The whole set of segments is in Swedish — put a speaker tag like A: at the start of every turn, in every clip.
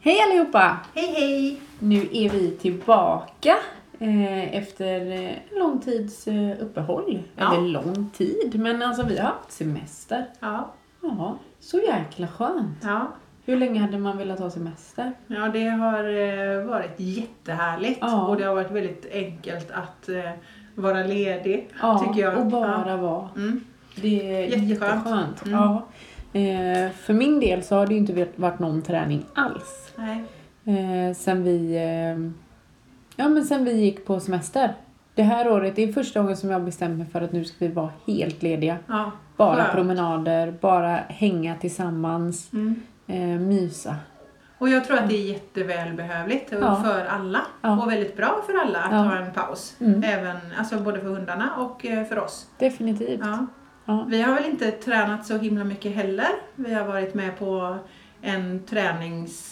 A: Hej allihopa!
B: Hej hej!
A: Nu är vi tillbaka eh, efter eh, lång tids eh, uppehåll.
B: Ja.
A: Eller lång tid, men alltså vi har haft semester.
B: Ja,
A: Ja, så jäkla skönt.
B: ja.
A: Hur länge hade man velat ha semester?
B: ja det har eh, varit jättehärligt
A: Ja.
B: och det har varit väldigt enkelt att eh, vara ledig
A: Ja,
B: tycker jag.
A: och bara vara.
B: Ja. Mm.
A: Det är
B: Jätteskönt.
A: jätteskönt.
B: Mm.
A: Ja. Eh, för min del så har det ju inte varit någon träning alls.
B: Nej.
A: Eh, sen vi... Eh, ja, men sen vi gick på semester. Det här året det är första gången som jag har bestämt mig för att nu ska vi vara helt lediga.
B: Ja.
A: Bara
B: skönt.
A: promenader, bara hänga tillsammans,
B: Mm.
A: eh, mysa.
B: Och jag tror att det är jättevälbehövligt och
A: Ja.
B: för alla
A: Ja.
B: och väldigt bra för alla att
A: Ja.
B: ha en paus.
A: Mm.
B: Även, alltså både för hundarna och eh, för oss.
A: Definitivt.
B: Ja.
A: Ja.
B: Vi har väl inte tränat så himla mycket heller. Vi har varit med på en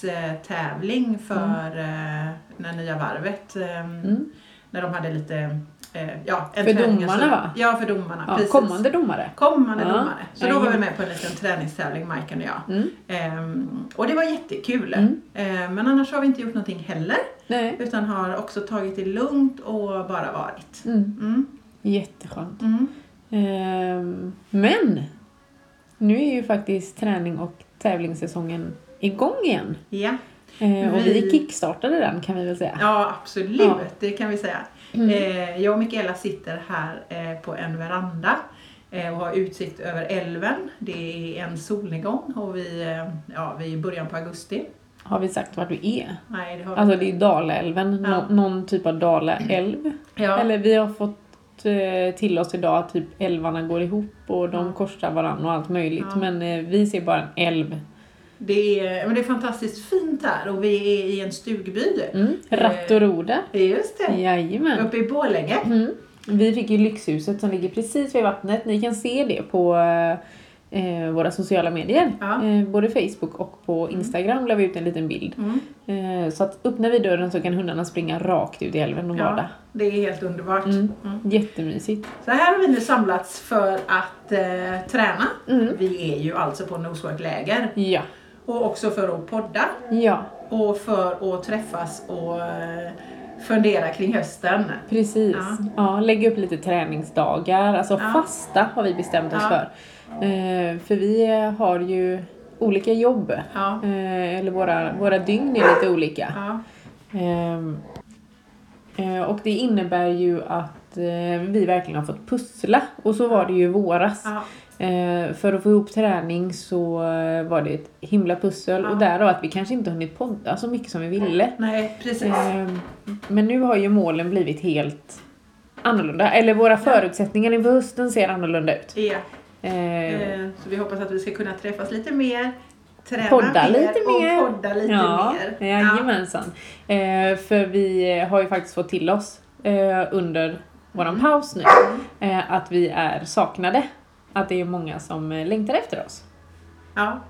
B: träningstävling för eh, det nya varvet. eh,
A: Mm.
B: När de hade lite... eh, Ja, en
A: För
B: träning,
A: domarna, va?
B: Ja, för domarna.
A: Ja,
B: precis.
A: kommande domare.
B: Kommande
A: Ja.
B: domare. Så
A: Ja,
B: då var
A: ja.
B: vi med på en liten träningstävling, Majken och jag.
A: Mm.
B: Ehm, och det var jättekul.
A: Mm.
B: Ehm, men annars har vi inte gjort någonting heller.
A: Nej.
B: Utan har också tagit det lugnt och bara varit.
A: Mm.
B: Mm,
A: Jätteskönt.
B: mm.
A: Ehm, men! Nu är ju faktiskt träning och tävlingssäsongen igång igen.
B: Ja.
A: Eh, och vi
B: Vi-
A: kickstartade den kan vi väl säga.
B: Ja, absolut.
A: Ja.
B: Det kan vi säga.
A: Mm.
B: Eh, jag och Mikaela sitter här eh, på en veranda eh, och har utsikt över älven. Det är en solnedgång och vi, eh, ja, vi är i början på augusti.
A: Har vi sagt vart vi är?
B: Nej, det har vi
A: Alltså
B: inte.
A: det är Dalälven,
B: Ja.
A: nå- någon typ av Dalaälv.
B: ja.
A: Eller vi har fått eh, till oss idag att typ älvarna går ihop och de
B: Ja.
A: korsar varandra och allt möjligt.
B: Ja.
A: Men eh, vi ser bara en älv.
B: det, är, men det är fantastiskt fint här och vi är i en stugby.
A: Mm. Ratt och roder.
B: Just det,
A: Jajamän.
B: uppe i Borlänge.
A: Mm. Vi fick ju Lyxhuset som ligger precis vid vattnet. Ni kan se det på eh, våra sociala medier.
B: Ja.
A: Eh, både Facebook och på Instagram la vi ut en liten bild.
B: Mm.
A: Eh, så att öppnar vi dörren så kan hundarna springa rakt ut i älven och
B: Ja,
A: bada.
B: det är helt underbart.
A: Mm.
B: Mm.
A: Jättemysigt.
B: Så här har vi nu samlats för att eh, träna.
A: Mm.
B: Vi är ju alltså på Nosework-läger
A: Ja.
B: och också för att podda.
A: Ja,
B: och för att träffas och eh, fundera kring hösten.
A: precis. Ja.
B: Ja.
A: lägga upp lite träningsdagar. Alltså
B: Ja.
A: fasta har vi bestämt oss
B: Ja.
A: för. Eh, för vi har ju olika jobb.
B: Ja.
A: Eh, eller våra, våra dygn är lite olika.
B: Ja,
A: Ehm, eh, och det innebär ju att eh, vi verkligen har fått pussla. Och så var det ju i våras.
B: ja,
A: Eh, för att få ihop träning så eh, var det ett himla pussel.
B: Ja.
A: Och därav att vi kanske inte hunnit podda så mycket som vi ville.
B: nej precis.
A: Ehm, Men nu har ju målen blivit helt annorlunda. Eller våra förutsättningar inför hösten ser annorlunda ut.
B: Ja.
A: Ehm,
B: eh, Så vi hoppas att vi ska kunna träffas lite mer, träna
A: Podda
B: mer
A: lite mer.
B: och podda lite
A: ja,
B: mer.
A: jajamensan. Ehm, för vi har ju faktiskt fått till oss eh, under våran
B: Mm.
A: paus nu eh, att vi är saknade. Att det är många som eh, längtar efter oss.
B: ja,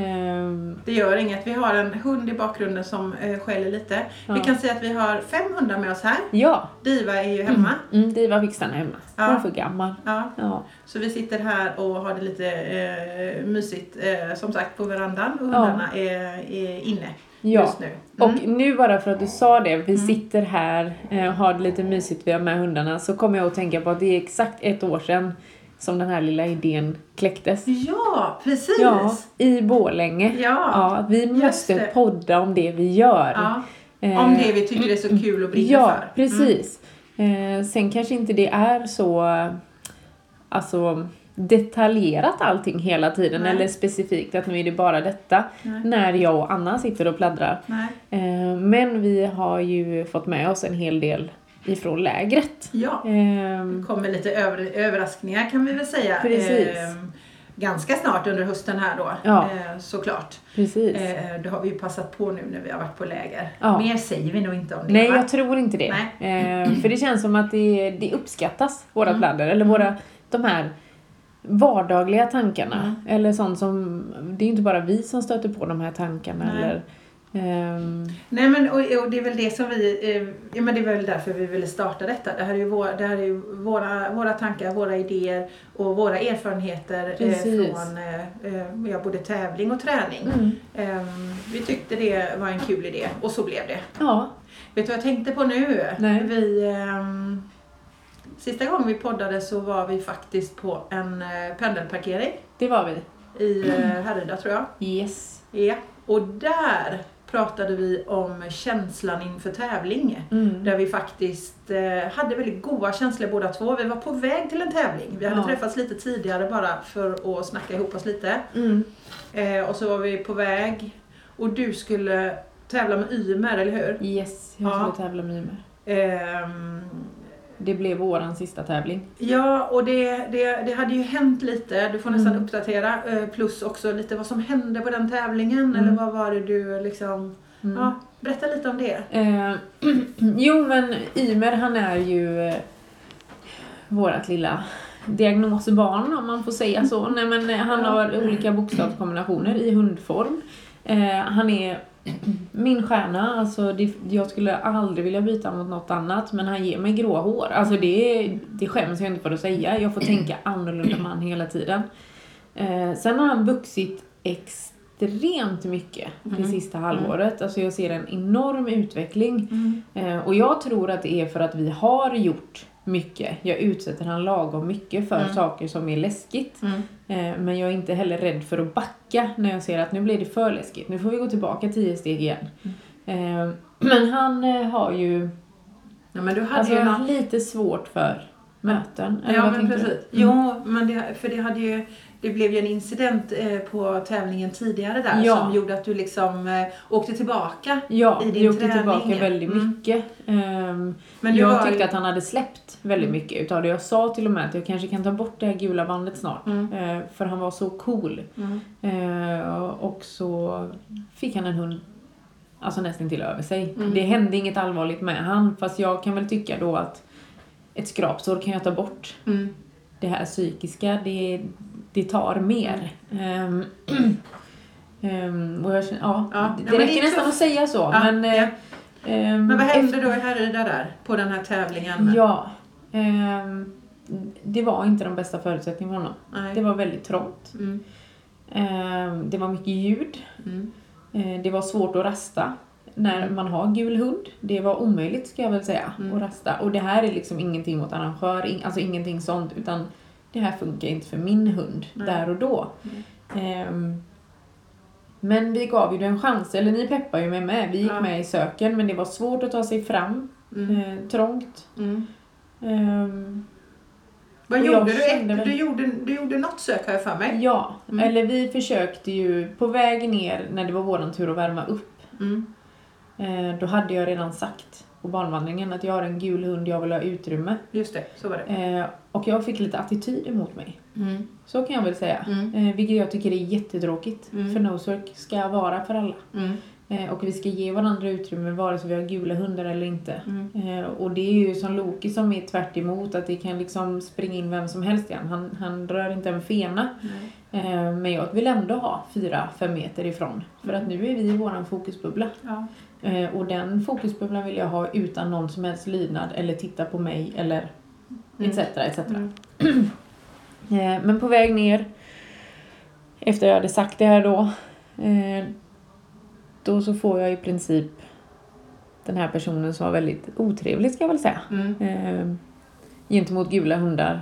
A: Ehm,
B: det gör inget. Vi har en hund i bakgrunden som eh, skäller lite. Vi
A: Ja.
B: kan säga att vi har fem hundar med oss här.
A: ja,
B: Diva är ju hemma.
A: mm, Diva fick stanna hemma. Hon
B: Ja.
A: är för gammal.
B: Ja,
A: Ja,
B: så vi sitter här och har det lite eh, mysigt eh, som sagt på verandan och
A: Ja.
B: hundarna är, är inne
A: Ja.
B: just nu. Mm.
A: Och nu bara för att du sa det, vi sitter här eh, och har det lite mysigt, vi har med hundarna, så kommer jag att tänka på att det är exakt ett år sedan som den här lilla idén kläcktes.
B: Ja, precis!
A: Ja, i Borlänge.
B: Ja.
A: Ja, vi måste
B: det.
A: podda om det vi gör.
B: Ja.
A: Eh,
B: Om det vi tycker är så kul och brinner
A: Ja,
B: för. Mm.
A: precis. Eh, sen kanske inte det är så eh, alltså, detaljerat allting hela tiden,
B: Nej.
A: eller specifikt att nu är det bara detta,
B: Nej.
A: när jag och Anna sitter och pladdrar.
B: Nej.
A: Eh, Men vi har ju fått med oss en hel del ifrån lägret.
B: Ja,
A: Ehm,
B: kommer lite över, överraskningar kan vi väl säga.
A: Precis.
B: Ehm, ganska snart under hösten här då,
A: Ja.
B: eh, såklart.
A: Precis.
B: Eh, det har vi ju passat på nu när vi har varit på läger.
A: Ja.
B: Mer säger vi nog inte om det.
A: Nej,
B: va?
A: jag tror inte det.
B: Nej. Mm.
A: Ehm, För det känns som att det, det uppskattas, våra pladder, eller våra, de här
B: Mm.
A: vardagliga tankarna. Eller sånt som, det är ju inte bara vi som stöter på de här tankarna
B: Nej.
A: eller Ehm,
B: Nej men och, och det är väl det som vi, eh, ja, men det är väl därför vi ville starta detta. Det här är ju, vår, det här är ju våra, våra tankar, våra idéer och våra erfarenheter eh,
A: Precis. Mm.
B: från eh, eh, ja, både tävling och träning. Eh, vi tyckte det var en kul idé och så blev det.
A: Ja,
B: Vet du vad jag tänkte på nu?
A: Nej.
B: Vi, ehm, sista gången vi poddade så var vi faktiskt på en eh, pendelparkering
A: det var vi.
B: i eh, Härryda tror jag.
A: Yes.
B: Ja. Och där pratade vi om känslan inför tävling.
A: Mm.
B: Där vi faktiskt eh, hade väldigt goda känslor båda två. Vi var på väg till en tävling. Vi hade
A: Ja.
B: träffats lite tidigare bara för att snacka ihop oss lite.
A: Mm.
B: Eh, och så var vi på väg. Och du skulle tävla med Ymer, eller hur?
A: Yes, jag skulle
B: Ja.
A: tävla med Ymer.
B: Ehm,
A: Det blev våran sista tävling.
B: Ja, och det, det, det hade ju hänt lite. Du får nästan
A: Mm.
B: uppdatera. Eh, Plus också lite vad som hände på den tävlingen.
A: Mm.
B: Eller vad var det du liksom...
A: Mm.
B: Ja, berätta lite om det.
A: Eh, jo, men Ymer han är ju eh, vårat lilla diagnosbarn om man får säga så. Nej, men eh, han har olika bokstavskombinationer i hundform. Eh, han är min stjärna, alltså det, jag skulle aldrig vilja byta mot något annat men han ger mig grå hår. Alltså det, det skäms jag inte för att säga. Jag får tänka annorlunda man hela tiden. Eh, sen har han vuxit extremt mycket det
B: Mm.
A: sista halvåret. Alltså jag ser en enorm utveckling.
B: Mm.
A: Eh, och jag tror att det är för att vi har gjort mycket. Jag utsätter han lagom mycket för
B: Mm.
A: saker som är läskigt. Eh, men jag är inte heller rädd för att backa när jag ser att nu blir det för läskigt. Nu får vi gå tillbaka tio steg igen. Eh, men han eh, har ju
B: Mm. Ja, men du hade
A: alltså,
B: ju någon...
A: lite svårt för möten. eller
B: Ja,
A: vad
B: men
A: tänker du? Mm.
B: precis. Jo, men det, för det hade ju... Det blev ju en incident eh, på tävlingen tidigare där
A: Ja.
B: som gjorde att du liksom eh, åkte tillbaka.
A: Ja,
B: i din
A: vi åkte
B: träning.
A: tillbaka väldigt
B: Mm.
A: mycket. Ehm,
B: Men du
A: jag
B: var- Mm.
A: tyckte att han hade släppt väldigt mycket utav det. Jag sa till och med att jag kanske kan ta bort det här gula bandet snart.
B: Mm.
A: eh, för han var så cool.
B: Mm.
A: Eh, och så fick han en hund alltså nästan till över sig.
B: Mm.
A: Det hände inget allvarligt med han. Fast jag kan väl tycka då att ett skrapsår kan jag ta bort.
B: Mm.
A: Det här psykiska, det, det tar mer. Ehm, ehm, och jag känner, ja,
B: Ja,
A: det,
B: men
A: det
B: det är
A: räcker nästan
B: tufft.
A: att säga så.
B: Ja,
A: men, eh,
B: ja.
A: ehm,
B: Men vad hände då i Härryda där? På den här tävlingen?
A: Ja. ehm, det var inte de bästa förutsättningarna för honom.
B: Nej.
A: Det var väldigt trångt.
B: Mm.
A: Ehm, det var mycket ljud.
B: Mm.
A: Eh, det var svårt att rasta när man har gul hund. Det var omöjligt ska jag väl säga
B: Mm.
A: att rasta. Och det här är liksom ingenting mot arrangör, in, alltså ingenting sånt. Utan det här funkar inte för min hund
B: Nej. Mm.
A: där och då. Ehm, men vi gav ju det en chans, eller ni peppar ju mig med. Vi gick
B: Ja.
A: med i söken men det var svårt att ta sig fram,
B: Mm.
A: eh, trångt.
B: Mm.
A: Ehm,
B: Vad
A: Och jag
B: gjorde du?
A: kände
B: Ett,
A: väl-
B: du, gjorde, du gjorde något sök har jag för mig.
A: Ja,
B: Mm.
A: eller vi försökte ju på väg ner när det var våran tur att värma upp.
B: Mm.
A: Eh, då hade jag redan sagt på barnvandringen att jag har en gul hund, jag vill ha utrymme.
B: Just det, så var det.
A: Eh, och jag fick lite attityd emot mig.
B: Mm.
A: Så kan jag väl säga.
B: Mm.
A: Eh, vilket jag tycker är jättetråkigt.
B: Mm.
A: För nosework ska vara för alla.
B: Mm.
A: Eh, och vi ska ge varandra utrymme vare sig vi har gula hundar eller inte.
B: Mm.
A: Eh, och det är ju som Loki som är tvärt emot att det kan liksom springa in vem som helst igen. Han, han rör inte en fena.
B: Nej.
A: Eh, Men jag vill ändå ha 4-5 meter ifrån. För att nu är vi i våran fokusbubbla.
B: Ja.
A: Eh, Och den fokusbubblan vill jag ha utan någon som helst lydnad eller titta på mig eller etc. etc.
B: Mm.
A: Eh, Men på väg ner, efter jag hade sagt det här då, eh, då så får jag i princip den här personen som var väldigt otrevlig ska jag väl säga,
B: Mm.
A: eh, gentemot gula hundar,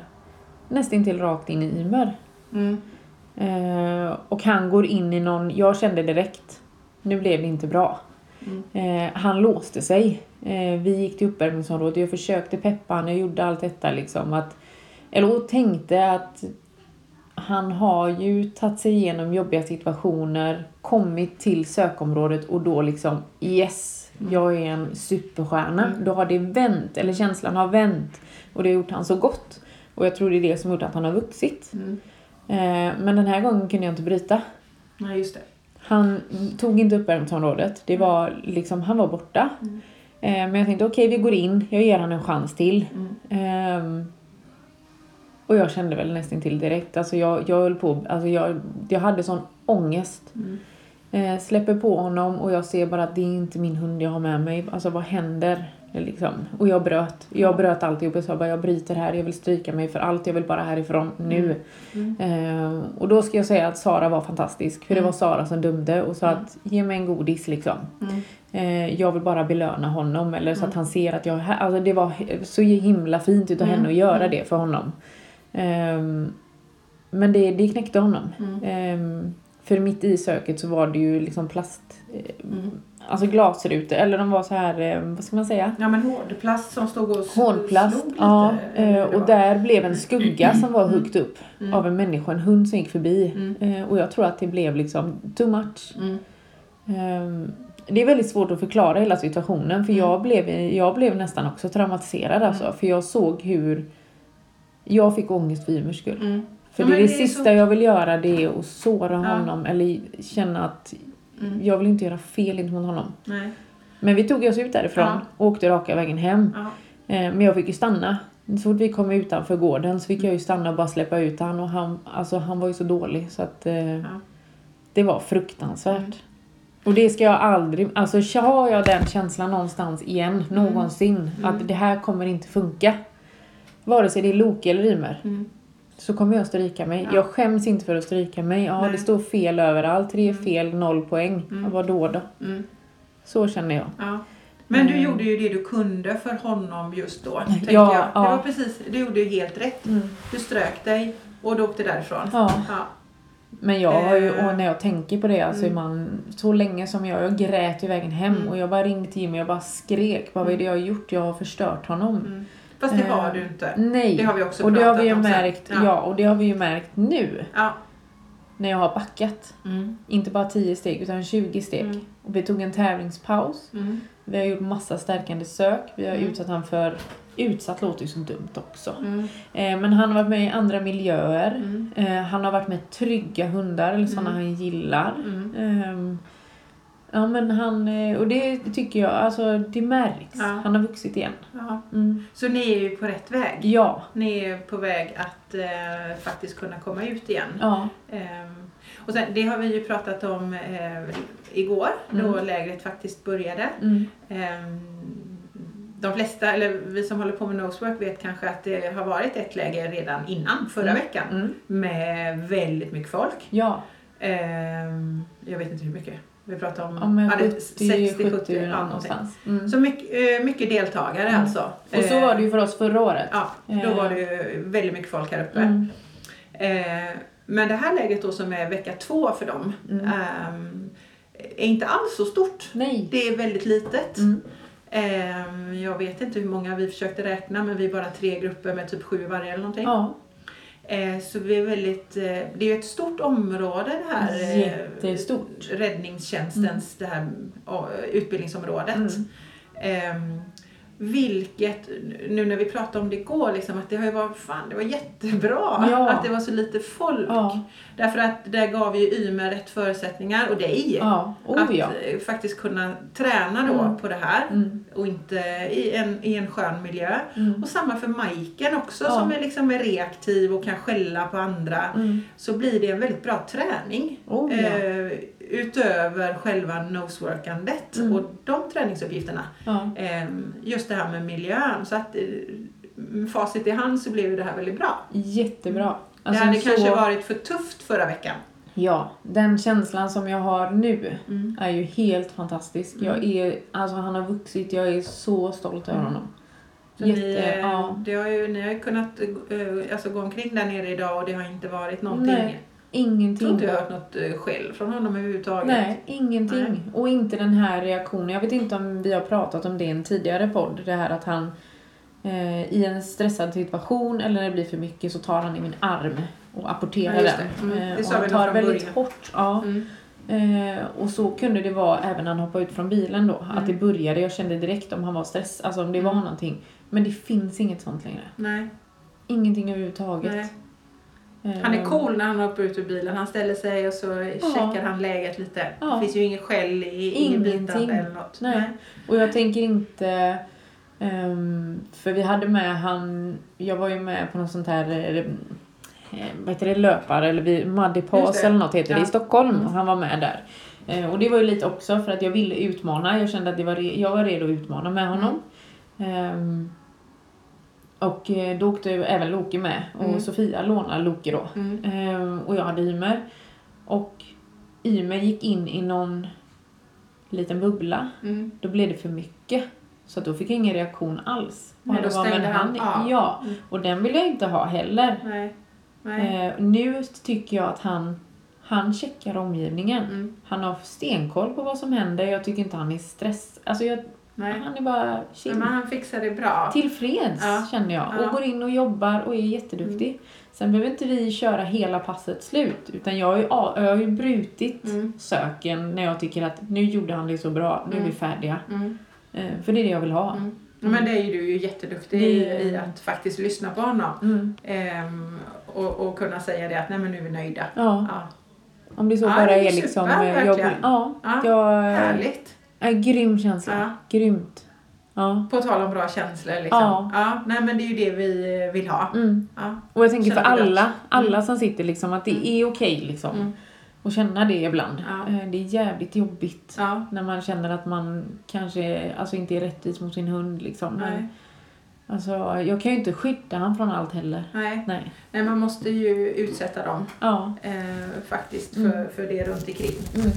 A: nästintill rakt in i Ymer.
B: Mm.
A: Eh, och han går in i någon, jag kände direkt, nu blev det inte bra.
B: Mm.
A: Eh, han låste sig. Eh, vi gick till uppvärmningsområdet, jag försökte peppa honom, jag gjorde allt detta liksom. Att, eller och tänkte att han har ju tagit sig igenom jobbiga situationer, kommit till sökområdet och då liksom yes, jag är en superstjärna. Då har det vänt, eller känslan har vänt. Och det har gjort han så gott. Och jag tror det är det som gjort att han har vuxit.
B: Mm.
A: Eh, Men den här gången kunde jag inte bryta.
B: Nej, just det.
A: Han tog inte upp uppvärmningsområdet. Det var liksom, han var borta. Eh, Men jag tänkte okej, vi går in. Jag ger han en chans till.
B: Mm,
A: Ehm, och jag kände
B: mm,
A: väl nästan till direkt. Alltså jag, jag höll på, alltså jag, jag hade sån ångest. Eh, släpper på honom och jag ser bara att det är inte min hund jag har med mig. Alltså vad händer? Eh, Liksom. Och jag bröt. Jag bröt alltihop. Jag sa bara jag bryter här, jag vill stryka mig för allt, jag vill bara härifrån nu.
B: Mm.
A: Eh, och då ska jag säga att Sara var fantastisk. För det var Sara som dömde och sa att ge mig en godis liksom.
B: Mm.
A: Eh, jag vill bara belöna honom eller så att han ser att jag är här. Alltså det var he- så himla fint utav
B: Mm.
A: henne att göra det för honom. Ehm, men det, det knäckte honom.
B: Mm.
A: Ehm, för mitt i söket så var det ju liksom plast, eh,
B: Mm.
A: alltså glasrutor eller de var så här, eh, vad ska man säga?
B: Ja men hårdplast som stod och s-
A: Hårdplast.
B: slog lite.
A: Ja,
B: eller
A: eh,
B: hur det
A: och
B: var.
A: där blev en skugga som var högt upp
B: Mm.
A: av en människa, en hund som gick förbi.
B: Mm.
A: Eh, och jag tror att det blev liksom too much.
B: Mm.
A: Ehm, Det är väldigt svårt att förklara hela situationen
B: Mm.
A: för jag blev, jag blev nästan också traumatiserad alltså. För jag såg hur jag fick ångest för Ymers skull.
B: Mm.
A: För
B: Ja,
A: det,
B: men
A: är det
B: det är
A: sista
B: så-
A: jag vill göra det är att såra
B: Ja.
A: honom eller känna att
B: Mm.
A: jag vill inte göra fel gentemot honom.
B: Nej.
A: Men vi tog oss ut därifrån
B: Ja.
A: och åkte raka vägen hem.
B: Ja.
A: Eh, Men jag fick ju stanna. Så fort vi kom utanför gården så fick jag ju stanna och bara släppa ut han och han, alltså han var ju så dålig så att eh, det var fruktansvärt.
B: Mm.
A: Och det ska jag aldrig, alltså så har jag den känslan någonstans igen,
B: Mm.
A: någonsin, att det här kommer inte funka. Vare sig det är Loke eller Ymer,
B: Mm.
A: så kommer jag stryka mig.
B: Ja.
A: Jag skäms inte för att stryka mig. Ja,
B: Nej.
A: det står fel överallt, tre fel, noll poäng. Ja, Vadå då?
B: Mm.
A: Så känner jag.
B: Ja. Men du gjorde ju det du kunde för honom just då. tänker
A: Eh. Ja,
B: jag. Det
A: ja.
B: var precis, du gjorde ju helt rätt. Du strök dig och du åkte därifrån.
A: Ja,
B: Ja.
A: men jag har ju,
B: Eh. Mm.
A: och när jag tänker på det, alltså man, så länge som jag, jag grät ju vägen hem och jag bara ringde till Jimmy och jag bara skrek, bara, vad är det jag har gjort? Jag har förstört honom.
B: Mm. Fast det har
A: Eh,
B: du inte.
A: Nej,
B: Det har vi också
A: och det har
B: pratat
A: vi ju
B: om sen.
A: märkt,
B: Ja.
A: ja. och det har vi ju märkt nu
B: Ja.
A: när jag har backat.
B: Mm.
A: Inte bara 10 steg utan 20 steg.
B: Mm.
A: Och vi tog en tävlingspaus.
B: Mm.
A: Vi har gjort massa stärkande sök. Vi har
B: Mm.
A: utsatt han för... Utsatt låter ju så dumt också.
B: Mm.
A: Eh, men han har varit med i andra miljöer.
B: Mm.
A: Eh, han har varit med trygga hundar, eller sådana han gillar.
B: Mm.
A: Ehm, ja men han... eh, Och det tycker jag, alltså det märks.
B: Ja.
A: Han har vuxit igen.
B: Ja.
A: Mm.
B: Så ni är ju på rätt väg.
A: Ja.
B: Ni är på väg att eh, faktiskt kunna komma ut igen.
A: Ja.
B: Ehm, och sen, det har vi ju pratat om eh, igår då lägret faktiskt började.
A: Mm.
B: Ehm, de flesta, eller vi som håller på med nosework vet kanske att det har varit ett läger redan innan förra
A: Mm.
B: veckan
A: Mm.
B: med väldigt mycket folk.
A: Ja.
B: Ehm, jag vet inte hur mycket. Vi pratar om,
A: Ja, men
B: ja, det är
A: 70, 70
B: ja, någonting.
A: någonstans. Mm.
B: Så mycket, eh, mycket deltagare
A: Mm.
B: alltså.
A: Och så
B: Ehm,
A: var det ju för oss förra året.
B: Ja, då
A: Eh.
B: var det ju väldigt mycket folk här uppe.
A: Mm.
B: Eh, men det här läget då som är vecka två för dem
A: Mm.
B: ehm, är inte alls så stort.
A: Nej.
B: Det är väldigt litet.
A: Mm.
B: Ehm, jag vet inte hur många vi försökte räkna men vi är bara tre grupper med typ sju varje eller någonting.
A: Ja,
B: Eh, så vi är väldigt, eh, det är ju ett stort område det här. eh,
A: Jättestort.
B: Räddningstjänstens det här, ja, utbildningsområdet.
A: Mm.
B: Ehm, vilket, nu när vi pratade om det igår, liksom, att det har ju varit, fan det var jättebra
A: Ja.
B: att det var så lite folk.
A: Ja.
B: Därför att där gav ju Ymer rätt förutsättningar och dig.
A: ja.
B: att
A: Oh ja.
B: eh, faktiskt kunna träna då
A: Mm.
B: på det här
A: Mm.
B: och inte i en, i en skön miljö.
A: Mm.
B: Och samma för Majken också
A: Ja.
B: som är, liksom är reaktiv och kan skälla på andra.
A: Mm.
B: Så blir det en väldigt bra träning
A: Oh ja.
B: eh, utöver själva noseworkandet
A: Mm.
B: och de träningsuppgifterna.
A: ja.
B: Eh, just det här med miljön. Så att eh, med facit i hand så blev ju det här väldigt bra.
A: Jättebra.
B: det hade
A: Alltså så,
B: kanske varit för tufft förra veckan.
A: Ja, den känslan som jag har nu
B: Mm.
A: är ju helt fantastisk. Jag är, alltså han har vuxit, jag är så stolt över honom.
B: Mm. Så
A: Jätte,
B: ni, eh,
A: ja.
B: det har ju, ni har ju kunnat eh, alltså, gå omkring där nere idag och det har inte varit någonting.
A: Nej,
B: Jag tror inte
A: Ingenting.
B: jag har hört något eh, skäll från honom överhuvudtaget.
A: Nej, ingenting.
B: Nej.
A: Och inte den här reaktionen. Jag vet inte om vi har pratat om det i en tidigare podd. Det här att han eh, i en stressad situation eller när det blir för mycket så tar han i min arm och apporterar
B: Ja, just det.
A: den.
B: Mm, det
A: Eh,
B: sa
A: och
B: vi
A: han
B: nog
A: tar
B: från
A: väldigt
B: början.
A: hårt. Ja.
B: Mm.
A: Eh, och så kunde det vara även när han hoppade ut från bilen då. Att
B: Mm.
A: det började. Jag kände direkt om han var stressad, alltså om det var någonting. Men det finns inget sånt längre.
B: Nej.
A: Ingenting överhuvudtaget.
B: Nej. Han är
A: Eh,
B: cool när han hoppar ut ur bilen. Han ställer sig och så checkar han läget lite.
A: Ja.
B: Det finns ju ingen skäll, i, ingen
A: Ingenting.
B: bitande eller något.
A: Nej. Och jag tänker inte... ehm, för vi hade med han... Jag var ju med på något sånt här... eh, eh, Vad heter det? Löpare eller vi, Muddy
B: Just
A: Pass
B: det.
A: eller något heter det
B: Ja. Mm.
A: i Stockholm och han var med där. Eh, Och det var ju lite också för att jag ville utmana. Jag kände att det var re- jag var redo att utmana med honom.
B: Mm.
A: Ehm, och eh, då åkte ju även Loke med och
B: Mm.
A: Sofia lånade Loke då.
B: Mm.
A: Ehm, och jag hade Ymer. Och Ymer gick in i någon liten bubbla.
B: Mm.
A: Då blev det för mycket. Så att då fick jag ingen reaktion alls. Och
B: Nej,
A: det
B: då
A: var, men
B: stängde han av.
A: Ja,
B: Mm.
A: och den vill jag inte ha heller.
B: Nej. Nej.
A: Eh, nu tycker jag att han, han checkar omgivningen.
B: Mm.
A: Han har stenkoll på vad som händer. Jag tycker inte han är stress... Alltså jag,
B: Nej.
A: han är bara chill.
B: Men han fixar det bra.
A: Tillfreds
B: Ja.
A: känner jag.
B: Ja. Mm.
A: Och går in och jobbar och är jätteduktig. Sen behöver inte vi köra hela passet slut. Utan jag har ju, a- jag har ju brutit
B: Mm.
A: söken när jag tycker att nu gjorde han det så bra, nu är vi
B: Mm.
A: färdiga.
B: Mm.
A: Eh, för det är det jag vill ha.
B: Mm. Men det är ju du ju jätteduktig i, i att faktiskt lyssna på honom.
A: Mm.
B: Ehm, och, och kunna säga det att nej men nu är vi nöjda.
A: Ja,
B: Ja.
A: om det så
B: Ja,
A: bara
B: det är
A: är liksom...
B: super,
A: eh, jag,
B: verkligen.
A: ja,
B: Ja.
A: jag,
B: Härligt.
A: äh, grym känsla.
B: Ja.
A: Grymt. Ja.
B: På tal om bra känslor liksom.
A: Ja.
B: ja. Nej men det är ju det vi vill ha.
A: Mm.
B: Ja.
A: Och jag tänker för
B: Känner du det?
A: alla, alla som sitter liksom att det är okej liksom.
B: Mm.
A: Och känna det ibland.
B: Ja.
A: Eh, Det är jävligt jobbigt.
B: Ja.
A: När man känner att man kanske alltså inte är rättvis mot sin hund liksom. Men,
B: Nej.
A: Alltså, jag kan ju inte skydda han från allt heller.
B: Nej.
A: Nej.
B: nej man måste ju utsätta dem
A: Ja.
B: eh, faktiskt för,
A: Mm.
B: för det runt omkring.
A: Mm.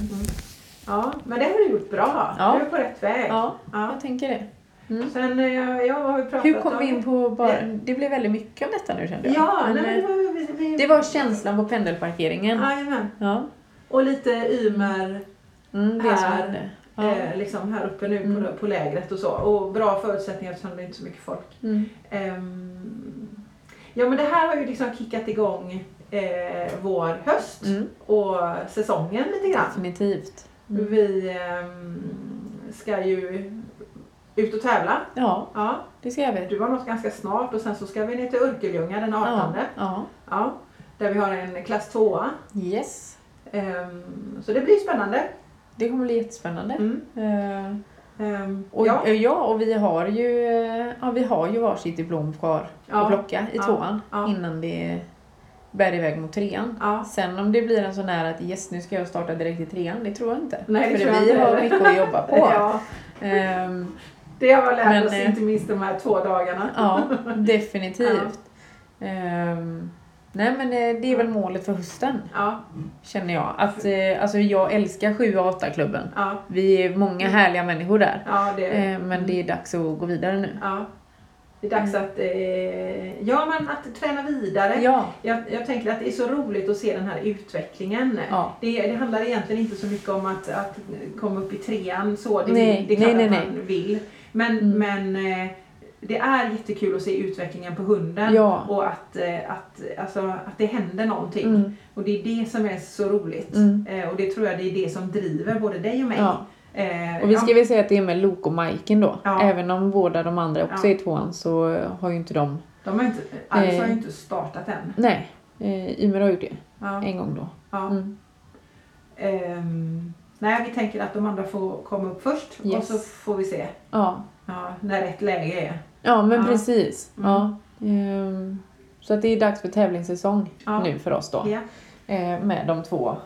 B: Ja men det har du gjort bra.
A: Ja.
B: Du är på rätt väg.
A: ja,
B: Ja.
A: jag tänker det.
B: Sen, eh, ja vad har vi pratat
A: Hur kom
B: om?
A: vi in på bara, det blev väldigt mycket om detta nu kände jag.
B: Ja,
A: Men,
B: nej, men det
A: eh,
B: var, vi, vi,
A: det var känslan på pendelparkeringen.
B: Jajamän.
A: Ja.
B: Och lite Ymer
A: Mm, det som
B: Här.
A: hände. Ja.
B: eh, liksom här uppe nu på,
A: Mm.
B: på lägret och så. Och bra förutsättningar eftersom det är inte är så mycket folk.
A: Mm.
B: Ehm, ja men det här har ju liksom kickat igång eh, vår höst
A: Mm.
B: och säsongen lite grann.
A: Definitivt. Mm.
B: Vi ehm, ska ju ut och tävla.
A: Ja,
B: Ja,
A: det ser vi.
B: du var något ganska snart och sen så ska vi ner till Örkelljunga den 18.
A: Ja.
B: Ja.
A: ja.
B: där vi har en klass 2
A: Yes.
B: Ehm, Så det blir spännande.
A: Det kommer bli jättespännande.
B: Mm.
A: Eh,
B: Ehm,
A: och,
B: ja.
A: ja. ja, och vi har ju, eh, ja, vi har ju varsitt diplom kvar att
B: Ja.
A: plocka i
B: Ja.
A: tvåan
B: Ja.
A: innan det bär iväg mot trean.
B: Ja.
A: Sen om det blir en sån här att yes, nu ska jag starta direkt i trean, det tror jag inte.
B: Nej, det
A: För
B: tror jag
A: vi
B: inte
A: har
B: heller.
A: mycket att jobba på.
B: Ja,
A: Ehm,
B: det har vi lärt
A: Men,
B: oss,
A: eh,
B: inte minst de här två dagarna.
A: ja, definitivt. Ehm, nej men eh, det är väl målet för hösten,
B: Ja,
A: känner jag. Att, eh, alltså jag älskar 7 och 8-klubben.
B: ja, Mm.
A: Vi är många härliga människor där.
B: ja, det,
A: Eh, Men det är dags att gå vidare nu.
B: ja. det är dags att, eh, ja, men att träna vidare.
A: Ja.
B: Jag, jag tänker att det är så roligt att se den här utvecklingen.
A: Ja.
B: Det, det handlar egentligen inte så mycket om att, att komma upp i trean så. Det,
A: Nej,
B: det är klart
A: nej,
B: att
A: nej,
B: man vill. Men,
A: Mm.
B: men eh, det är jättekul att se utvecklingen på hunden.
A: Ja.
B: Och att, eh, att, alltså, att det händer någonting.
A: Mm.
B: Och det är det som är så roligt.
A: Mm.
B: Eh, och det tror jag det är det som driver både dig och mig.
A: ja.
B: Eh,
A: Och vi
B: ja,
A: ska väl säga att det är med Lok och Majken då.
B: Ja.
A: Även om båda de andra också
B: Ja.
A: är i tvåan så har ju inte de...
B: de har inte, Alf har
A: Eh.
B: ju inte startat än.
A: Nej, eh, Ymer har gjort det
B: Ja,
A: en gång då.
B: ja.
A: Mm.
B: Ehm, nej, vi tänker att de andra får komma upp först
A: Yes.
B: och så får vi se
A: Ja.
B: ja, när rätt läge är.
A: ja, men
B: Ja.
A: precis.
B: Mm.
A: Ja. Ehm, Så att det är dags för tävlingssäsong
B: Ja.
A: nu för oss då.
B: Ja.
A: Eh, Med de två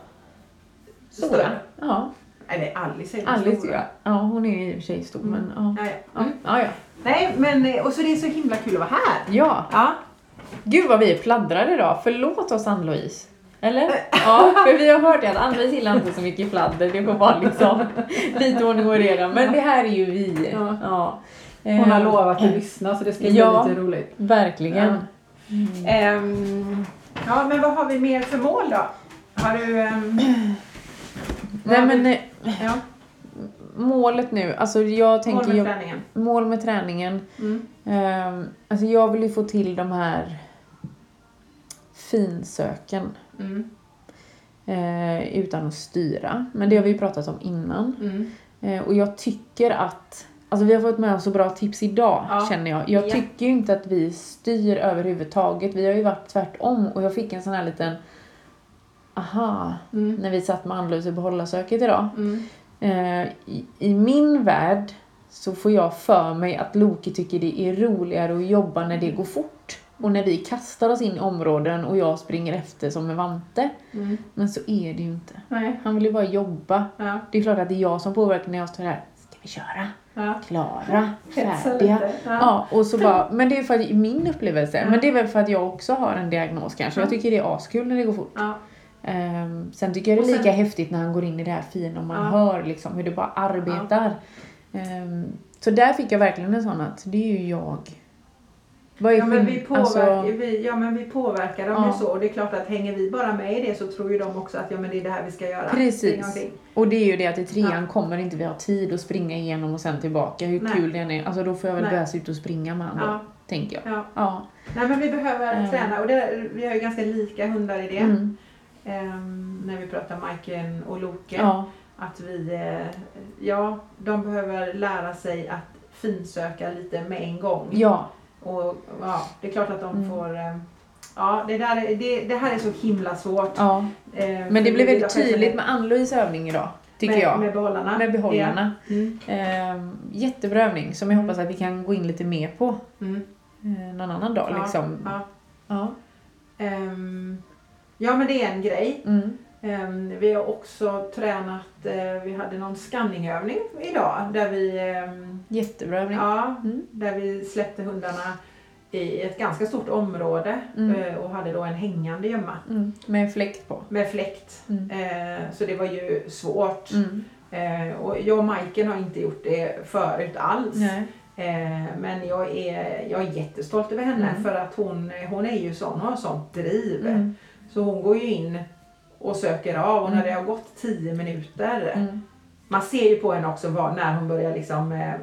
A: stora.
B: Större.
A: Ja,
B: Eller Alice är ju
A: Alice
B: stora.
A: ja. ja, hon är ju i och för sig stor men ja.
B: Ja, ja.
A: Ja,
B: Mm.
A: ja, ja.
B: Nej, men eh, och så det är så himla kul att vara här.
A: ja.
B: Ja,
A: Gud vad vi pladdrar idag. Förlåt oss Ann-Louise.
C: Eh.
A: Eller? Ja, för vi har hört det att Ann-Louise gillar inte så mycket pladder. Det får vara liksom lite ordning och reda. Men det här är ju vi.
C: Ja.
A: Ja.
C: Hon har
A: Eh,
C: lovat att lyssna så det ska bli
A: Ja.
C: lite roligt.
A: Verkligen. Mm.
B: Ehm, ja men vad har vi mer för mål då? Har du... ehm,
A: Nej men eh,
B: ja,
A: målet nu. Alltså jag
B: mål
A: tänker
B: med
A: ju-
B: träningen?
A: mål med träningen.
B: Mm.
A: Ehm, alltså jag vill ju få till de här finsöken
B: Mm.
A: eh, utan att styra. Men det har vi ju pratat om innan.
B: Mm.
A: Eh, Och jag tycker att, alltså vi har fått med oss så bra tips idag
B: Ja.
A: känner jag. Jag
B: Ja.
A: tycker ju inte att vi styr överhuvudtaget. Vi har ju varit tvärtom och jag fick en sån här liten aha
B: Mm.
A: när vi satt med handlös i behållarsöket idag.
B: Mm.
A: Eh, i, I min värld så får jag för mig att Loki tycker det är roligare att jobba när det går fort. Och när vi kastar oss in i områden och jag springer efter som en vante.
B: Mm.
A: Men så är det ju inte.
B: Nej.
A: Han vill ju bara jobba.
B: Ja.
A: Det är klart att det är jag som påverkar när jag står här. Ska vi köra?
B: Ja.
A: Klara?
B: Hetsa
A: Färdiga?
B: lite. Ja.
A: Ja, och så bara, men det är för att, min upplevelse,
B: Ja.
A: men det är väl för att jag också har en diagnos kanske. Jag
B: Ja.
A: tycker det är askul när det går fort.
B: Ja.
A: Ehm, sen tycker jag det
B: Och
A: är
B: sen-
A: lika häftigt när han går in i det här fina och man
B: Ja.
A: hör liksom hur det bara arbetar. Ehm, så där fick jag verkligen en sån att det är ju jag. Vad är
B: Ja, men
A: skinn-
B: vi
A: alltså,
B: påverkar, vi, ja men vi påverkar dem ju
A: Ja.
B: så och det är klart att hänger vi bara med i det så tror ju de också att ja men det är det här vi ska göra. Det är
A: Precis.
B: någonting.
A: Och det är ju det att i trean kommer inte vi ha tid att springa igenom och sen tillbaka. Hur
B: Nej.
A: kul det än är. Alltså då får jag väl
B: Nej.
A: börja se ut och springa med honom
B: Ja.
A: då, tänker jag.
B: Ja.
A: Ja.
B: Nej men vi behöver
A: Mm.
B: träna och det, vi har ju ganska lika hundar i det.
A: Mm.
B: Ehm, när vi pratar Majken och Loke.
A: ja.
B: Att vi, eh, ja de behöver lära sig att finsöka lite med en gång.
A: Ja.
B: Och ja, det är klart att de
A: Mm.
B: får eh, Ja, det, där, är- det, det här är så himla svårt.
A: ja.
B: Eh,
A: Men det
B: för
A: blev
B: vi vill
A: väldigt
B: ha självständighet
A: tydligt med Ann-Louise övning idag, tycker
B: med,
A: jag.
B: Med behållarna.
A: Med behållarna.
B: Ja. Mm.
A: Ehm, jättebra övning som jag hoppas att vi kan gå in lite mer på
B: Mm.
A: eh, någon annan dag.
B: Ja,
A: liksom.
B: ja.
A: Ja.
B: Ehm, ja men det är en grej.
A: Mm.
B: Ehm, vi har också tränat, eh, vi hade någon scanningövning idag där vi, ehm,
A: Jättebra övning.
B: ja,
A: Mm.
B: där vi släppte hundarna i ett ganska stort område
A: Mm.
B: eh, och hade då en hängande gömma
A: Mm. Med fläkt på.
B: med fläkt.
A: Mm.
B: Eh, så det var ju svårt.
A: Mm.
B: Eh, och jag och Majken har inte gjort det förut alls.
A: Nej.
B: Eh, Men jag är, jag är jättestolt över henne
A: Mm.
B: för att hon, hon är ju sån, hon har sånt driv.
A: Mm.
B: Så hon går ju in och söker av och när
A: Mm.
B: det har gått 10 minuter.
A: Mm.
B: Man ser ju på henne också vad, när hon börjar liksom eh,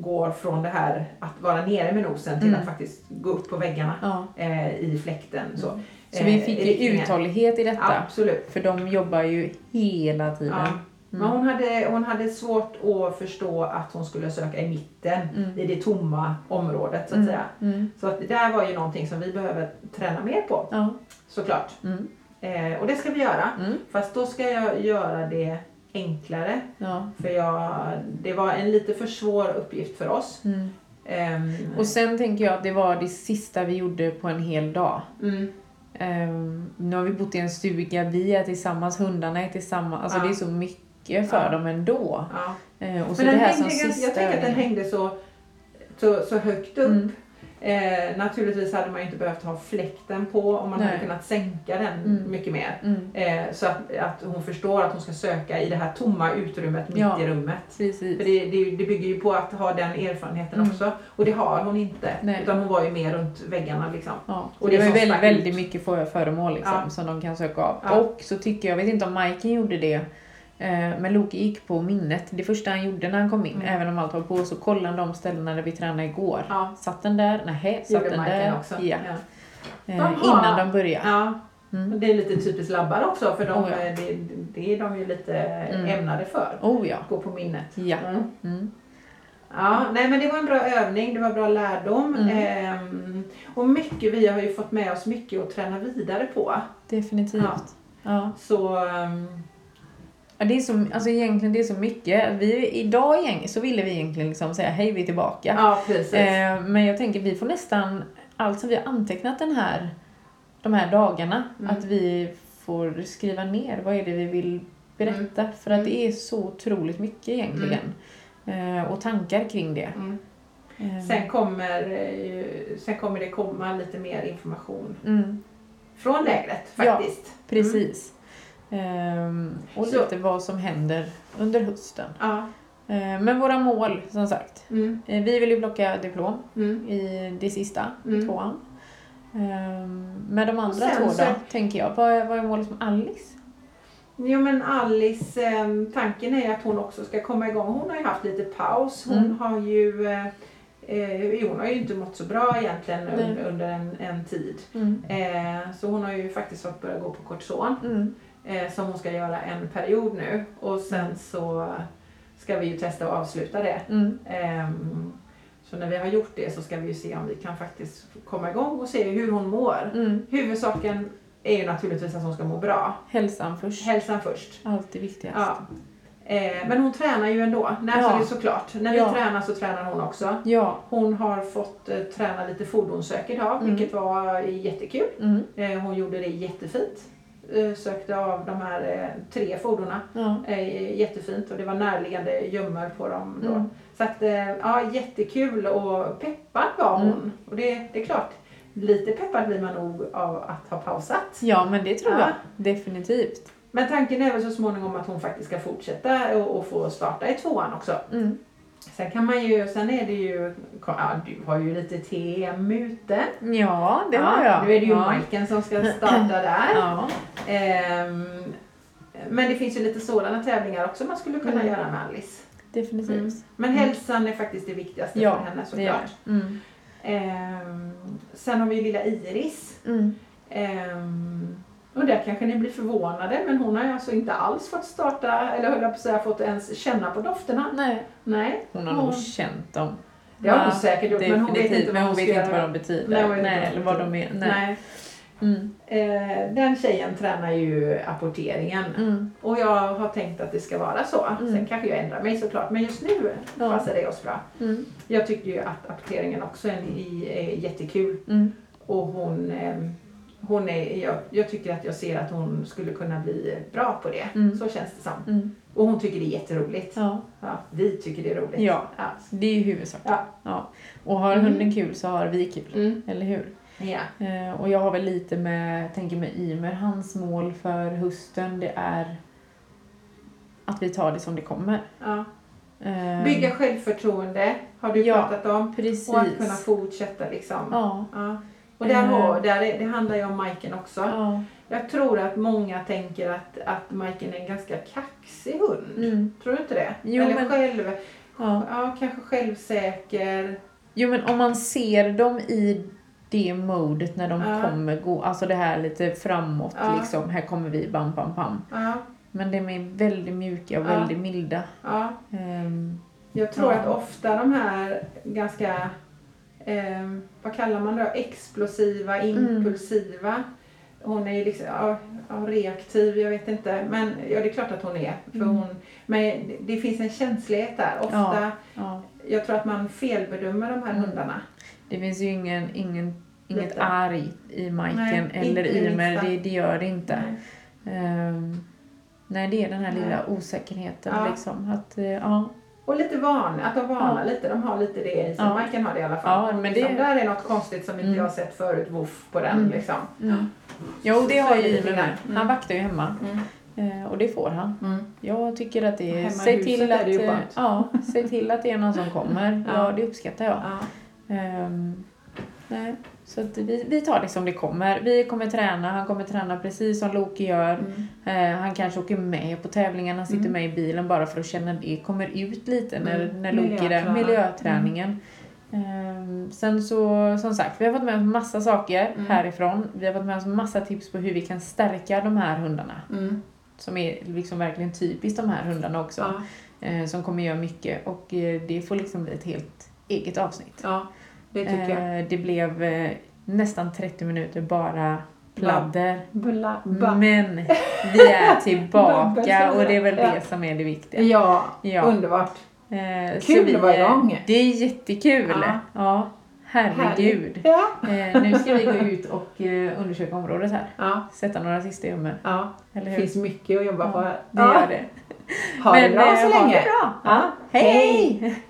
B: gå från det här att vara nere med nosen till
A: Mm.
B: att faktiskt gå upp på väggarna
A: Ja.
B: eh, i fläkten. Så,
A: Mm. Så vi
B: Eh,
A: fick ju
B: riktningen.
A: uthållighet i detta.
B: Absolut.
A: För de jobbar ju hela tiden.
B: Ja. Men
A: Mm.
B: hon hade, hon hade svårt att förstå att hon skulle söka i mitten,
A: Mm.
B: i det tomma området så att
A: Mm.
B: säga.
A: Mm.
B: Så att det där var ju någonting som vi behöver träna mer på
A: Ja.
B: såklart.
A: Mm.
B: Eh, och det ska vi göra.
A: Mm.
B: Fast då ska jag göra det enklare.
A: Ja.
B: För jag, det var en lite för svår uppgift för oss.
A: Mm.
B: Ehm,
A: Och sen tänker jag att det var det sista vi gjorde på en hel dag.
B: mm,
A: Ehm, nu har vi bott i en stuga, vi är tillsammans, hundarna är tillsammans. Alltså
B: Ja.
A: det är så mycket för
B: Ja.
A: dem ändå.
B: ja.
A: Ehm, och så
B: Men den
A: det här som
B: hängde, ganska- jag
A: sista
B: tänker att den
A: övningen.
B: hängde så, så, så högt upp.
A: Mm.
B: Eh, naturligtvis hade man ju inte behövt ha fläkten på om man
A: Nej.
B: hade kunnat sänka den
A: Mm.
B: mycket mer.
A: Mm.
B: Eh, så att, att hon förstår att hon ska söka i det här tomma utrymmet mitt
A: Ja.
B: i rummet. För
A: Precis.
B: det, det, det bygger ju på att ha den erfarenheten
A: Mm.
B: också. Och det har hon inte.
A: Nej.
B: Utan hon var ju mer runt väggarna liksom.
A: Ja.
B: Och
A: Och
B: det
A: det var ju
B: som
A: väldigt,
B: stack ut.
A: väldigt mycket för- föremål liksom,
B: Ja.
A: som de kan söka av.
B: Ja.
A: Och så tycker jag, jag vet inte om Majken gjorde det, eh, men Loke gick på minnet. Det första han gjorde när han kom in,
B: Mm.
A: även om allt var på, så kollade han de ställena där vi tränade igår.
B: Ja.
A: Satt den där? Nähä, satt
B: Gjorde
A: den
B: Majken
A: där?
B: också.
A: Ja.
B: Ja.
A: Eh,
B: Jaha.
A: innan de började.
B: Ja.
A: Mm.
B: Det är lite typiskt labbar också för de,
A: Oh, ja.
B: det, det är de ju lite
A: Mm.
B: ämnade för.
A: Oh ja.
B: Gå på minnet.
A: Ja.
B: Mm.
A: Mm.
B: Ja, nej men det var en bra övning, det var bra lärdom.
A: Mm.
B: Ehm, och mycket, vi har ju fått med oss mycket att träna vidare på.
A: Definitivt.
B: Ja.
A: ja.
B: Så ehm,
A: Ja, det är så, alltså egentligen det är så mycket. Vi, idag igen, så ville vi egentligen liksom säga hej, vi är tillbaka.
B: ja, precis.
A: eh, men jag tänker vi får nästan, allt som vi har antecknat den här, de här dagarna,
B: Mm.
A: att vi får skriva ner vad är det vi vill berätta.
B: Mm.
A: För att det är så otroligt mycket egentligen. Eh, och tankar kring det.
B: Mm.
A: Eh,
B: Sen, kommer, eh, sen kommer det komma lite mer information
A: Mm,
B: från lägret
A: Ja.
B: faktiskt.
A: precis. Ehm, och
B: Mm. Så-
A: lite vad som händer under hösten.
B: Ja.
A: Eh, men våra mål, som sagt.
B: Mm.
A: Eh, Vi vill ju plocka diplom
B: Mm.
A: i det sista,
B: Mm.
A: tvåan. Ehm, Men de andra
B: sen
A: två då,
B: så-
A: tänker jag. Vad är, vad är målet med Alice?
B: Jo men Alice, ehm, tanken är att hon också ska komma igång. Hon har ju haft lite paus. Hon
A: Mm.
B: har ju eh, eh, hon har ju inte mått så bra egentligen
A: Nej.
B: un, under en, en tid.
A: Mm.
B: Eh, så hon har ju faktiskt fått börja gå på kortison.
A: Mm.
B: eh, som hon ska göra en period nu och sen så ska vi ju testa att avsluta det.
A: Mm.
B: Ehm, Så när vi har gjort det så ska vi ju se om vi kan faktiskt komma igång och se hur hon mår.
A: Mm.
B: Huvudsaken är ju naturligtvis att hon ska må bra.
A: Hälsan först.
B: Hälsan först.
A: Allt det viktigaste.
B: Ja. Eh, men hon tränar ju ändå. Nej,
A: Ja.
B: så det är såklart. När vi
A: Ja.
B: tränar så tränar hon också.
A: Ja.
B: Hon har fått eh, träna lite fordonssök idag,
A: Mm.
B: vilket var jättekul.
A: Mm.
B: Eh, hon gjorde det jättefint. Eh, sökte av de här eh, tre fordonen
A: Ja.
B: eh, jättefint och det var närliggande gömmor på dem. Då.
A: Mm.
B: Så att, eh, ja, jättekul och peppad var
A: Mm.
B: hon. Och det, det är klart, lite peppad blir man nog av att ha pausat.
A: ja, men det tror
B: Ja.
A: jag. Definitivt.
B: Men tanken är väl så småningom att hon faktiskt ska fortsätta och, och få starta i tvåan också.
A: Mm.
B: Sen kan man ju, sen är det ju, ja, du har ju lite TM ute.
A: Ja, det har
B: Ja,
A: jag.
B: Nu är det ju
A: ja.
B: Majken som ska starta där.
A: Ja.
B: Ehm, men det finns ju lite sådana tävlingar också man skulle kunna
A: Mm.
B: göra med Alice.
A: Definitivt.
B: Mm. Men hälsan är faktiskt det viktigaste
A: Ja,
B: för henne
A: Det gör
B: såklart.
A: det. Mm.
B: Ehm, sen har vi ju lilla Iris.
A: Mm.
B: Ehm, och där kanske ni blir förvånade men hon har ju alltså inte alls fått starta, eller höll jag på att säga, fått ens känna på dofterna.
A: Nej.
B: Nej,
A: Hon har
B: Ja.
A: nog känt dem.
B: det har
A: Ja,
B: hon säkert gjort men hon vet
A: Definitivt,
B: inte vad
A: men hon
B: hon ska
A: vet inte vad
B: göra.
A: de betyder.
B: Nej,
A: Nej,
B: hon vet inte vad de
A: eller vad de är. Nej.
B: Nej.
A: Mm.
B: Ehm, den tjejen tränar ju apporteringen
A: Mm.
B: och jag har tänkt att det ska vara så.
A: Mm.
B: Sen kanske jag ändrar mig såklart men just nu
A: Ja.
B: passar det oss bra.
A: Mm.
B: Jag tycker ju att apporteringen också är, i- är jättekul.
A: Mm.
B: Och hon, eh, hon är, jag, jag tycker att jag ser att hon skulle kunna bli bra på det.
A: Mm.
B: Så känns det som.
A: Mm.
B: Och hon tycker det är jätteroligt.
A: Ja.
B: Ja, vi tycker det är roligt.
A: Ja.
B: Ja.
A: Det är ju huvudsaken.
B: Ja.
A: Och har
B: Mm.
A: hunden kul så har vi kul.
B: Mm.
A: Eller hur?
B: ja.
A: Eh, och jag har väl lite med, tänker med Ymer, hans mål för hösten det är att vi tar det som det kommer.
B: ja.
A: Eh,
B: Bygga självförtroende har du
A: Ja.
B: pratat om.
A: Precis.
B: Och att kunna fortsätta liksom.
A: Ja.
B: Ja. Och där,
A: Eh.
B: har, där är, det handlar ju om Majken också.
A: Ja.
B: Jag tror att många tänker att, att Majken är en ganska kaxig hund.
A: Mm.
B: Tror du inte det?
A: Jo,
B: Eller
A: men-
B: själv,
A: ja.
B: ja, kanske självsäker.
A: Jo men om man ser dem i det modet när de
B: Ja.
A: kommer gå, alltså det här lite framåt
B: Ja.
A: liksom, här kommer vi, bam, bam, bam.
B: Ja,
A: Men de är väldigt mjuka och
B: Ja.
A: väldigt milda.
B: ja.
A: Ehm,
B: Jag tror
A: Ja.
B: att ofta de här ganska, eh, vad kallar man det, explosiva,
A: Mm.
B: impulsiva. Hon är ju liksom, ja, ja, reaktiv, jag vet inte. Men ja, det är klart att hon är. För
A: Mm.
B: hon, men det- det finns en känslighet där. Ofta,
A: ja.
B: jag tror att man felbedömer de här
A: Mm.
B: hundarna.
A: Det finns ju ingen, ingen, inget
B: Lite.
A: arg i Majken
B: Nej,
A: eller
B: inte det
A: i mig,
B: minsta.
A: det, det gör det inte.
B: Nej.
A: Ehm, nej, det är den här
B: Nej.
A: lilla osäkerheten
B: Ja.
A: liksom. Att, eh, ja,
B: Och lite van, att de vanar lite. De har lite det i sig.
A: Ja.
B: Majken har det i alla fall.
A: Ja, men
B: liksom,
A: det-
B: Där är något konstigt som inte
A: Mm.
B: jag har sett förut, woof, på den
A: Mm.
B: liksom.
A: mm. Jo, det
B: Så
A: har
B: är det
A: ju
B: lite
A: Ymer med.
B: grann.
A: Han
B: Mm.
A: vaktar ju hemma eh, och det får han.
B: Mm.
A: Jag tycker att det är...
B: Hemma i
A: Säg
B: huset
A: till
B: är
A: att,
B: det ju
A: eh,
B: skönt.
A: ja, säg till att det är någon som kommer.
B: Ja.
A: Ja, det uppskattar jag.
B: Ja.
A: Ehm, nej. Så att vi, vi tar det som det kommer. Vi kommer träna, han kommer träna precis som Loke gör.
B: Mm.
A: Eh, han kanske åker med på tävingarna, sitter
B: Mm.
A: med i bilen bara för att känna det. Kommer ut lite när,
B: Mm.
A: när Loke är där.
B: Miljöträning.
A: Miljöträningen. Ehm, sen så, som sagt, vi har fått med oss massa saker
B: Mm.
A: härifrån. Vi har fått med oss massa tips på hur vi kan stärka de här hundarna som är liksom verkligen typiskt de här hundarna också.
B: Mm. Ja.
A: Eh, som kommer göra mycket och eh, det får liksom bli ett helt eget avsnitt.
B: ja, det tycker jag.
A: Eh, det blev eh, nästan 30 minuter bara pladder.
B: Bla,
A: Mm. Men vi är
B: Babbel, som
A: tillbaka
B: jag-
A: och det är väl
B: ja.
A: det som är det viktiga.
B: Ja,
A: Ja.
B: underbart.
A: Eh,
B: Kul att vara
A: eh,
B: igång.
A: Det är jättekul!
B: Ja.
A: Ja. Herregud!
B: Ja.
A: Eh, nu ska vi gå ut och eh, undersöka området här.
B: Ja,
A: Sätta några sista gömmor,
B: ja.
A: eller
B: Det
A: hur?
B: finns mycket att jobba på.
A: Ja, det
B: Ja.
A: gör det.
B: Ha det bra
A: eh,
B: så
A: Ha det
B: länge.
A: bra.
B: Ja.
A: Hej!